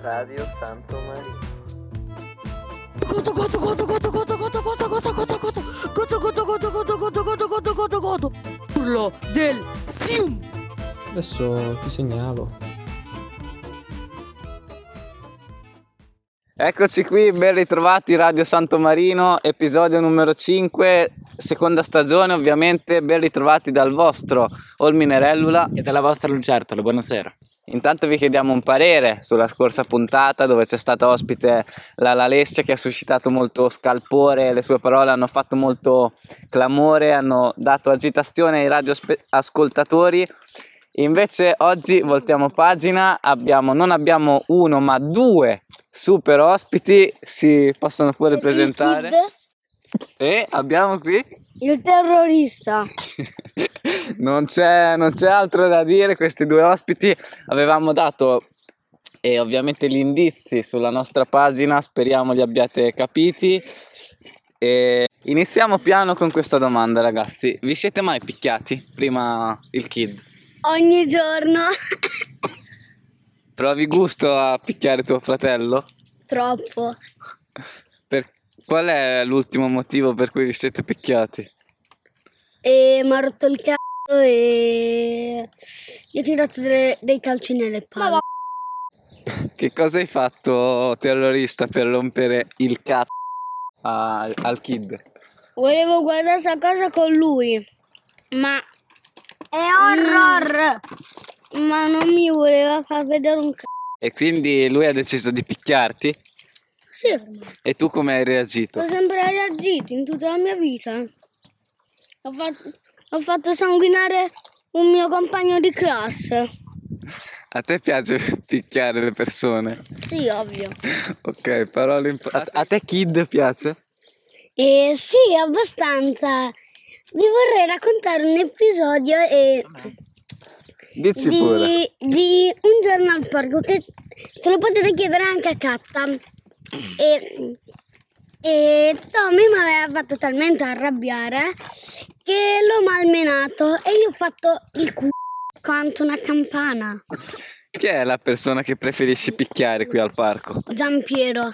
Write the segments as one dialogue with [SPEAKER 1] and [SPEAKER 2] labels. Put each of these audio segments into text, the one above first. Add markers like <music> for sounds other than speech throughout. [SPEAKER 1] Radio Santo Maria.
[SPEAKER 2] Godo godo godo godo godo godo godo godo godo godo godo godo godo godo godo godo godo godo godo urlo del sium
[SPEAKER 3] Adesso ti segnalo.
[SPEAKER 4] Eccoci qui, ben ritrovati Radio Santo Marino, episodio numero 5, seconda stagione ovviamente, ben ritrovati dal vostro Olminerellula.
[SPEAKER 5] E dalla vostra lucertola, buonasera.
[SPEAKER 4] Intanto vi chiediamo un parere sulla scorsa puntata dove c'è stata ospite la Lalessia che ha suscitato molto scalpore, le sue parole hanno fatto molto clamore, hanno dato agitazione ai radioascoltatori. Invece oggi voltiamo pagina, abbiamo- non abbiamo uno ma due super ospiti, si possono pure presentare. E abbiamo qui
[SPEAKER 6] Il terrorista.
[SPEAKER 4] <laughs> non, c'è, non c'è altro da dire, questi due ospiti avevamo dato eh, ovviamente gli indizi sulla nostra pagina, speriamo li abbiate capiti. E iniziamo piano con questa domanda ragazzi, vi siete mai picchiati? Prima il kid,
[SPEAKER 6] Ogni giorno. <laughs>
[SPEAKER 4] provi gusto a picchiare tuo fratello?
[SPEAKER 6] Troppo.
[SPEAKER 4] Per- Qual è l'ultimo motivo per cui vi siete picchiati?
[SPEAKER 6] E mi ha rotto il cazzo e... Gli ho tirato delle- dei calci nelle palle.
[SPEAKER 4] Che cosa hai fatto terrorista per rompere il cazzo a- al kid?
[SPEAKER 6] Volevo guardare questa cosa con lui. Ma... È horror. Ma non mi voleva far vedere un cazzo.
[SPEAKER 4] E quindi lui ha deciso di picchiarti?
[SPEAKER 6] Sì,
[SPEAKER 4] E tu come hai reagito?
[SPEAKER 6] ho sempre reagito in tutta la mia vita. Ho fatto, ho fatto sanguinare un mio compagno di classe.
[SPEAKER 4] A te piace <laughs> picchiare le persone?
[SPEAKER 6] Sì, ovvio.
[SPEAKER 4] Ok, parole importanti. A, a te Kid piace?
[SPEAKER 6] Eh, sì, abbastanza. Vi vorrei raccontare un episodio eh,
[SPEAKER 4] Dici pure.
[SPEAKER 6] di, di un giorno al parco che, che lo potete chiedere anche a Katta. E, e Tommy mi aveva fatto talmente arrabbiare che l'ho malmenato e gli ho fatto il culo quanto una campana.
[SPEAKER 4] Chi è la persona che preferisci picchiare qui al parco?
[SPEAKER 6] Giampiero,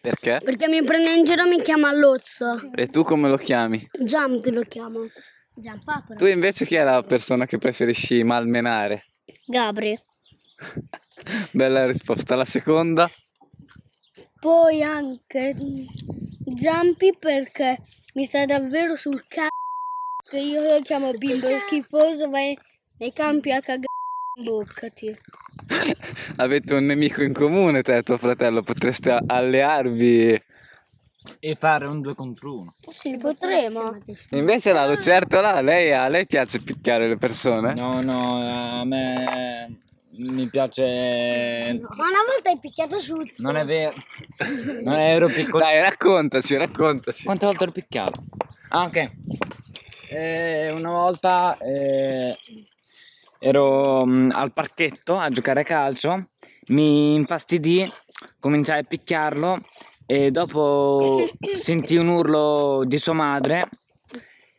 [SPEAKER 4] Perché?
[SPEAKER 6] perché mi prende in giro mi chiama Lozzo.
[SPEAKER 4] E tu come lo chiami?
[SPEAKER 6] Giampi lo chiamo. Giampapora.
[SPEAKER 4] Tu invece chi è la persona che preferisci malmenare?
[SPEAKER 6] Gabri.
[SPEAKER 4] Bella risposta. La seconda?
[SPEAKER 6] Poi anche Giampi perché mi sta davvero sul c***o che io lo chiamo bimbo schifoso, vai nei campi a cagare in boccati.
[SPEAKER 4] Avete un nemico in comune, te e tuo fratello, potreste allearvi.
[SPEAKER 5] E fare un 2 contro 1.
[SPEAKER 6] Sì, potremo.
[SPEAKER 4] Invece la lucertola, lei, a lei piace picchiare le persone?
[SPEAKER 5] No, no, a me mi
[SPEAKER 4] Eh,
[SPEAKER 5] piace...
[SPEAKER 6] Ma una volta hai picchiato su.
[SPEAKER 5] Non è vero. Non ero piccolo.
[SPEAKER 4] Dai, raccontaci, raccontaci.
[SPEAKER 5] Quante volte l'ho picchiato? Ah, ok. Eh, una volta eh, ero mm, al parchetto a giocare a calcio, mi infastidì, cominciai a picchiarlo e <coughs> dopo sentì un urlo di sua madre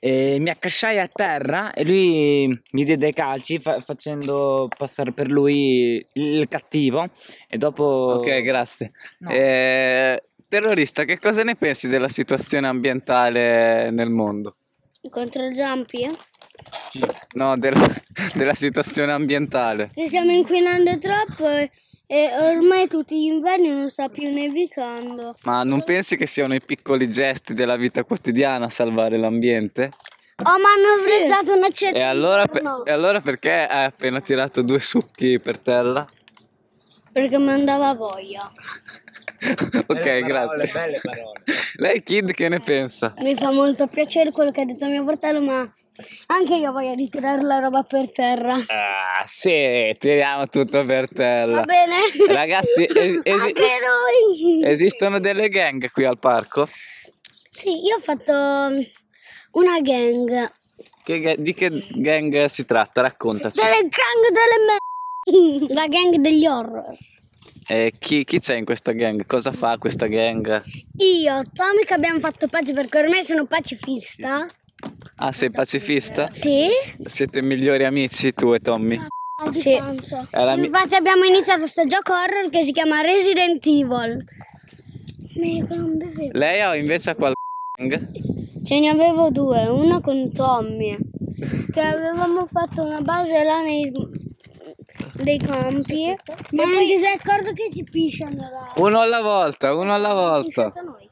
[SPEAKER 5] e mi accasciai a terra e lui mi diede i calci fa- facendo passare per lui il cattivo e dopo...
[SPEAKER 4] Ok, grazie.
[SPEAKER 5] No.
[SPEAKER 4] Eh, terrorista, che cosa ne pensi della situazione ambientale nel mondo?
[SPEAKER 6] Contro eh. Giampi?
[SPEAKER 4] No, del- <laughs> della situazione ambientale.
[SPEAKER 6] Che stiamo inquinando troppo e, e ormai tutti gli inverni non sta più nevicando.
[SPEAKER 4] Ma non pensi che siano i piccoli gesti della vita quotidiana a salvare l'ambiente?
[SPEAKER 6] Oh, ma hanno sfruttato una
[SPEAKER 4] E
[SPEAKER 6] cetta.
[SPEAKER 4] allora, per- e allora perché hai appena tirato due succhi per terra?
[SPEAKER 6] Perché mi andava voglia.
[SPEAKER 4] <laughs> ok,
[SPEAKER 5] Belle parole,
[SPEAKER 4] grazie.
[SPEAKER 5] belle parole.
[SPEAKER 4] Lei, Kid, che ne pensa?
[SPEAKER 6] Mi fa molto piacere quello che ha detto mio fratello, ma anche io voglio ritirare la roba per terra.
[SPEAKER 4] Ah, sì, tiriamo tutto per terra.
[SPEAKER 6] Va bene?
[SPEAKER 4] Ragazzi,
[SPEAKER 6] <laughs>
[SPEAKER 4] es- esi-
[SPEAKER 6] Anche lui!
[SPEAKER 4] Esistono delle gang qui al parco?
[SPEAKER 6] Sì, io ho fatto mm, una gang. Delle
[SPEAKER 4] Che ga- di che gang si tratta? Raccontaci.
[SPEAKER 6] gang delle me... <laughs> La gang degli horror.
[SPEAKER 4] Eh, chi, chi c'è in questa gang? Cosa fa questa gang?
[SPEAKER 6] Io, Tommy, che abbiamo fatto pace perché ormai sono pacifista.
[SPEAKER 4] Ah, sei pacifista?
[SPEAKER 6] Sì?
[SPEAKER 4] Siete migliori amici tu e Tommy?
[SPEAKER 6] Ah, di
[SPEAKER 4] Sì.
[SPEAKER 6] pancia.
[SPEAKER 4] Era mi-
[SPEAKER 6] Infatti abbiamo iniziato sto gioco horror che si chiama Resident Evil. Ma io non bevevo.
[SPEAKER 4] Lei ha invece qual...
[SPEAKER 6] Ce ne avevo due, uno con Tommy. Che avevamo fatto una base là nei, nei campi. Ma non ti sei accorto che ci pisciano là?
[SPEAKER 4] Uno alla volta, uno alla volta,
[SPEAKER 6] Intanto noi.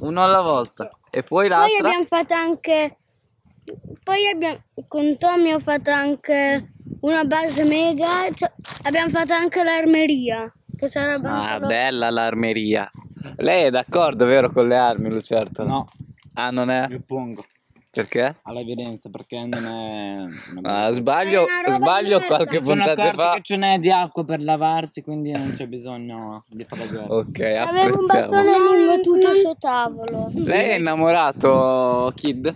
[SPEAKER 4] uno alla volta. E poi
[SPEAKER 6] Poi
[SPEAKER 4] l'altra...
[SPEAKER 6] abbiamo fatto anche. Poi abbiamo, con Tommy ho fatto anche una base mega. cioè, abbiamo fatto anche l'armeria. Che sarebbe
[SPEAKER 4] Ah,
[SPEAKER 6] solo-
[SPEAKER 4] bella l'armeria. Lei è d'accordo, vero, con le armi, Lucerto?
[SPEAKER 5] No,
[SPEAKER 4] Ah, non è?
[SPEAKER 5] mi oppongo
[SPEAKER 4] Perché?
[SPEAKER 5] alla violenza perché non è...
[SPEAKER 4] Ah, sbaglio,
[SPEAKER 6] È una roba
[SPEAKER 4] sbaglio
[SPEAKER 6] di merda.
[SPEAKER 4] qualche
[SPEAKER 5] Sono
[SPEAKER 4] puntata
[SPEAKER 5] accorto
[SPEAKER 4] fa.
[SPEAKER 5] che ce n'è di acqua per lavarsi, quindi non c'è bisogno di fare la guerra.
[SPEAKER 4] Ok,
[SPEAKER 6] Avevo un
[SPEAKER 4] apprezziamo.
[SPEAKER 6] bastone lungo tutto il suo tavolo.
[SPEAKER 4] Lei è innamorato, Kid?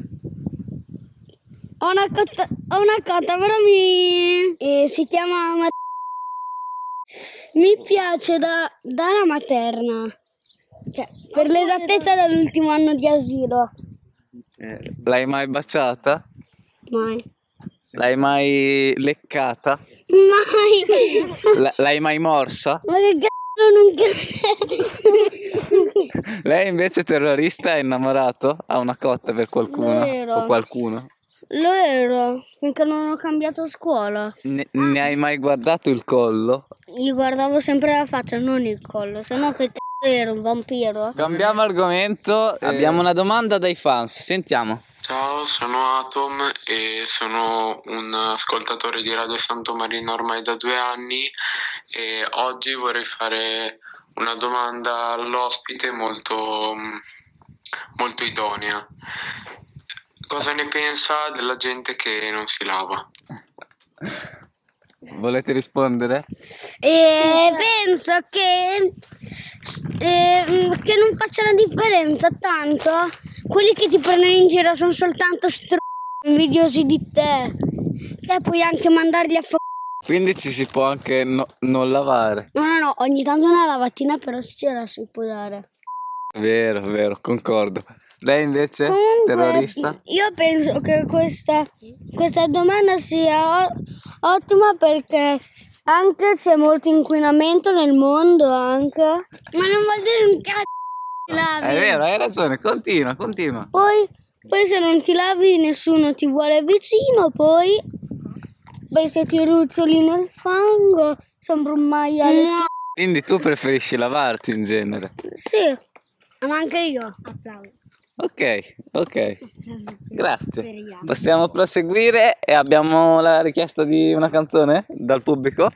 [SPEAKER 6] Ho una cotta, ho una cotta però mi. eh, si chiama. Ma- mi piace da, dalla materna. Cioè, per l'esattezza dall'ultimo anno di asilo.
[SPEAKER 4] L'hai mai baciata?
[SPEAKER 6] Mai.
[SPEAKER 4] L'hai mai leccata?
[SPEAKER 6] Mai! <laughs>
[SPEAKER 4] L- l'hai mai morsa?
[SPEAKER 6] Ma che cazzo non cazzo?
[SPEAKER 4] Lei invece terrorista è innamorato? Ha una cotta per qualcuno?
[SPEAKER 6] Vero.
[SPEAKER 4] O qualcuno?
[SPEAKER 6] <laughs> Lo ero, finché non ho cambiato scuola.
[SPEAKER 4] Ne, ne hai mai guardato il collo?
[SPEAKER 6] Gli guardavo sempre la faccia, non il collo, sennò che cazzo ero, un vampiro?
[SPEAKER 4] Cambiamo argomento. Abbiamo una domanda dai fans. Sentiamo.
[SPEAKER 1] Ciao, sono Atom e sono un ascoltatore di Radio Santo Marino ormai da due anni e oggi vorrei fare una domanda all'ospite molto, mm, molto idonea. Cosa ne pensa della gente che non si lava?
[SPEAKER 4] Volete rispondere?
[SPEAKER 6] E penso che, ehm, che non faccia la differenza tanto. Quelli che ti prendono in giro sono soltanto str... invidiosi di te. Te puoi anche mandarli a f***.
[SPEAKER 4] Quindi ci si può anche no- non lavare.
[SPEAKER 6] No, no, no, ogni tanto una lavatina però se ce la si può dare.
[SPEAKER 4] Vero, vero, concordo. Lei invece, terrorista?
[SPEAKER 6] Io penso che questa, questa domanda sia o- ottima perché anche c'è molto inquinamento nel mondo anche. Ma non vuol dire un cazzo che ti
[SPEAKER 4] È
[SPEAKER 6] lavi.
[SPEAKER 4] vero, hai ragione. Continua, continua.
[SPEAKER 6] Poi, poi se non ti lavi nessuno ti vuole vicino, poi, poi se ti ruzzoli nel fango sembra un maiale.
[SPEAKER 4] Quindi tu preferisci lavarti in genere.
[SPEAKER 6] Sì, ma anche io. Applauso.
[SPEAKER 4] Ok, ok. Grazie. Possiamo proseguire e abbiamo la richiesta di una canzone dal pubblico.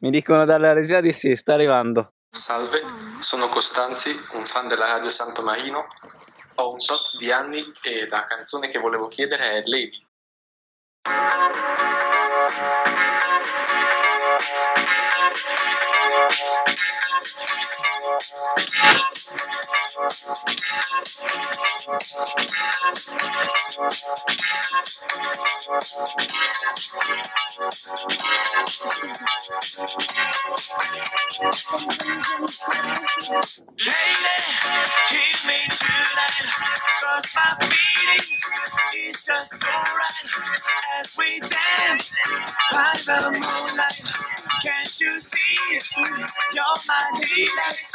[SPEAKER 4] Mi dicono dalla regia di sì, sta arrivando.
[SPEAKER 1] Salve, sono Costanzi, un fan della Radio Santo Marino. Ho un tot di anni e la canzone che volevo chiedere è Lady.
[SPEAKER 7] Lady, hear me tonight, cause my feeling is just so right as we dance by the moonlight. Can't you see? You're my delight.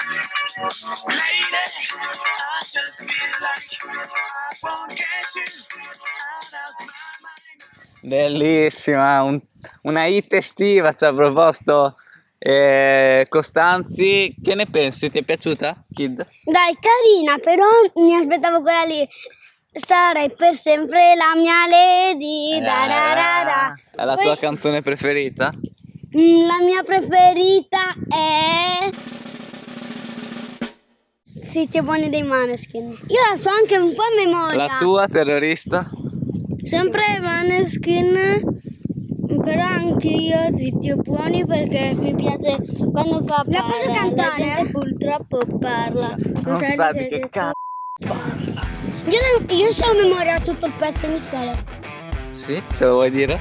[SPEAKER 7] Lady, I just feel like I won't get you out of my mind.
[SPEAKER 4] Bellissima, un- una hit estiva ci ha proposto eh, Costanzi. Che ne pensi? Ti è piaciuta, Kid?
[SPEAKER 6] Dai, carina, però mi aspettavo quella lì. Sarai per sempre la mia
[SPEAKER 4] Eh,
[SPEAKER 6] lady. da ra ra ra.
[SPEAKER 4] È la
[SPEAKER 6] Poi,
[SPEAKER 4] tua canzone preferita? eh.
[SPEAKER 6] mm, la mia preferita è. Siete buoni dei maneskin. Io la so anche un po' a memoria.
[SPEAKER 4] La tua terrorista?
[SPEAKER 6] Sempre maneskin. Però anche io zitti e buoni perché mi piace quando fa La posso cantare? purtroppo parla.
[SPEAKER 4] Non sa di che cazzo.
[SPEAKER 6] Io, io so a memoria tutto il pezzo, mi sale.
[SPEAKER 4] Sì, ce lo vuoi dire?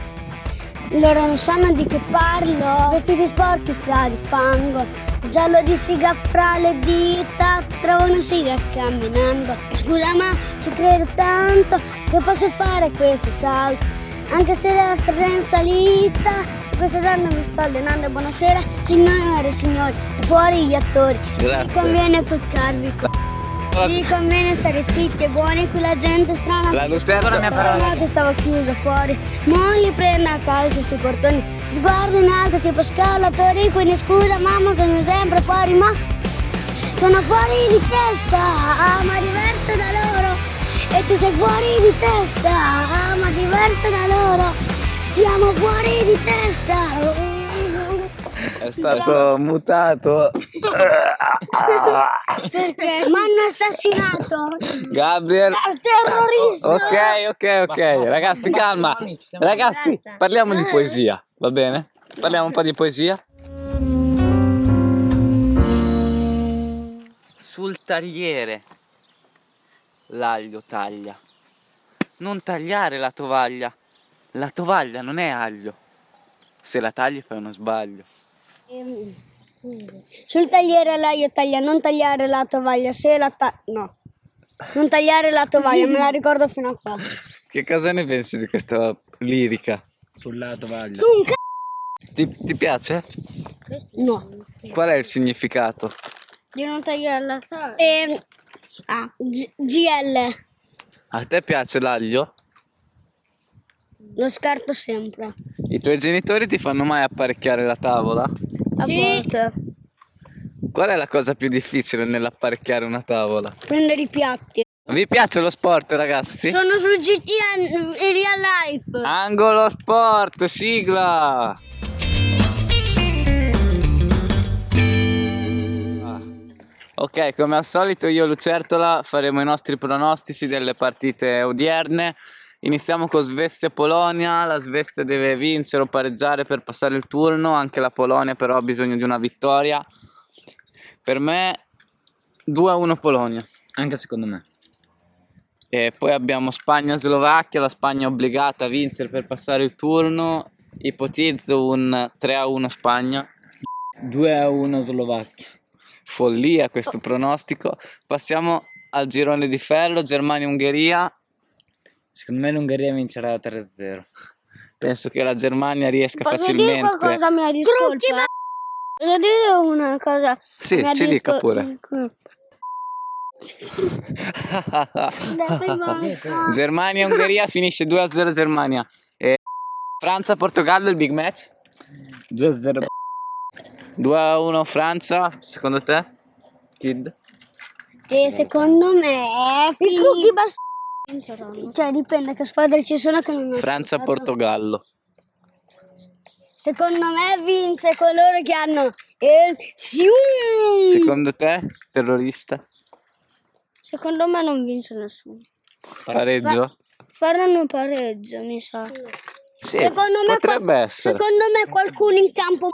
[SPEAKER 6] Loro non sanno di che parlo. Vestiti sporchi fra di fango. Giallo di siga fra le dita. Trovo una siga camminando. Scusa ma ci credo tanto che posso fare questo salto. Anche se la strada è in salita, questo anno mi sto allenando. Buonasera, signore e signori, fuori gli attori.
[SPEAKER 4] Grazie.
[SPEAKER 6] Vi conviene toccarvi. co- Vi conviene stare zitti e buoni, qui la gente è strana.
[SPEAKER 4] La lucertola mi ha
[SPEAKER 6] Tutta la
[SPEAKER 4] parlato.
[SPEAKER 6] notte stava chiusa fuori, non li prende a calcio sui portoni. Sguardo in alto tipo scalatori, quindi scusa mamma sono sempre fuori, ma sono fuori di testa, Ah, ma diverso da loro. E tu sei fuori di testa, Ah, ma diverso da loro. Siamo fuori di testa.
[SPEAKER 4] È stato mutato. Ah.
[SPEAKER 6] <laughs> Perché mi hanno assassinato.
[SPEAKER 4] Gabriel.
[SPEAKER 6] Al terrorista.
[SPEAKER 4] Ok, ok, ok. Ragazzi, calma. Ragazzi,
[SPEAKER 6] Basta.
[SPEAKER 4] parliamo di poesia, va bene? Parliamo un po' di poesia. Sul tagliere l'aglio taglia. Non tagliare la tovaglia. La tovaglia non è aglio. Se la tagli fai uno sbaglio.
[SPEAKER 6] Ehm, Sul tagliere l'aglio taglia, non tagliare la tovaglia, se la ta- no. Non tagliare la tovaglia, me la ricordo fino a qua.
[SPEAKER 4] Che cosa ne pensi di questa lirica?
[SPEAKER 5] Sulla tovaglia.
[SPEAKER 6] Su un c***o!
[SPEAKER 4] Ti, ti piace?
[SPEAKER 6] No.
[SPEAKER 4] Qual è il significato?
[SPEAKER 6] Di non tagliare la tovaglia. ah, G- GL,
[SPEAKER 4] A te piace l'aglio?
[SPEAKER 6] lo scarto sempre.
[SPEAKER 4] I tuoi genitori ti fanno mai apparecchiare la tavola?
[SPEAKER 6] A volte.
[SPEAKER 4] Qual è la cosa più difficile nell'apparecchiare una tavola?
[SPEAKER 6] Prendere i piatti.
[SPEAKER 4] Vi piace lo sport, ragazzi?
[SPEAKER 6] Sono su GTA e Real Life.
[SPEAKER 4] Ah, Angolo Sport, sigla! Ah. Ok, come al solito io e Lucertola faremo i nostri pronostici delle partite odierne. Iniziamo con Svezia-Polonia, la Svezia deve vincere o pareggiare per passare il turno, anche la Polonia però ha bisogno di una vittoria. Per me 2-1 Polonia.
[SPEAKER 5] Anche secondo me.
[SPEAKER 4] E poi abbiamo Spagna-Slovacchia, la Spagna è obbligata a vincere per passare il turno. Ipotizzo un 3-1 Spagna.
[SPEAKER 5] 2 a 1 Slovacchia.
[SPEAKER 4] Follia questo pronostico. Passiamo al girone di ferro, Germania-Ungheria.
[SPEAKER 5] Secondo me l'Ungheria vincerà 3-0.
[SPEAKER 4] Penso che la Germania riesca
[SPEAKER 8] Posso dire
[SPEAKER 4] facilmente.
[SPEAKER 8] qualcosa mia discolpa? Posso dire una cosa
[SPEAKER 4] Sì,
[SPEAKER 8] mia
[SPEAKER 4] ci dica
[SPEAKER 8] discol- <laughs>
[SPEAKER 4] pure.
[SPEAKER 8] <laughs>
[SPEAKER 6] <laughs>
[SPEAKER 4] Germania-Ungheria finisce 2-0 Germania. E Francia-Portogallo il big match.
[SPEAKER 5] 2-0.
[SPEAKER 4] 2-1 Francia, secondo te? Kid?
[SPEAKER 6] E secondo me...
[SPEAKER 8] I cookie bas-
[SPEAKER 6] Cioè dipende che squadre ci sono che non hanno giocato.
[SPEAKER 4] Francia-Portogallo.
[SPEAKER 6] Secondo me vince coloro che hanno il Sium.
[SPEAKER 4] Secondo te, terrorista?
[SPEAKER 8] Secondo me non vince nessuno.
[SPEAKER 4] Pareggio?
[SPEAKER 8] Faranno un pareggio, mi sa.
[SPEAKER 4] Sì,
[SPEAKER 6] Secondo me
[SPEAKER 4] potrebbe
[SPEAKER 6] qual-
[SPEAKER 4] essere.
[SPEAKER 6] Secondo me qualcuno in campo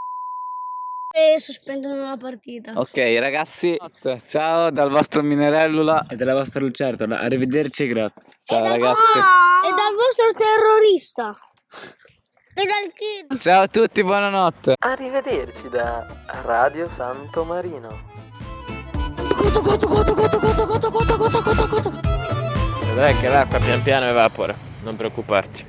[SPEAKER 6] e sospendono la partita.
[SPEAKER 4] Ok, ragazzi, ciao dal vostro Minerellula.
[SPEAKER 5] E della vostra lucertola. Arrivederci e grazie.
[SPEAKER 4] Ciao ragazzi.
[SPEAKER 8] E dal vostro terrorista. E dal kid.
[SPEAKER 4] Ciao a tutti, buonanotte.
[SPEAKER 9] Arrivederci da Radio Santo Marino.
[SPEAKER 10] Vedrai che l'acqua pian piano evapora, non preoccuparti.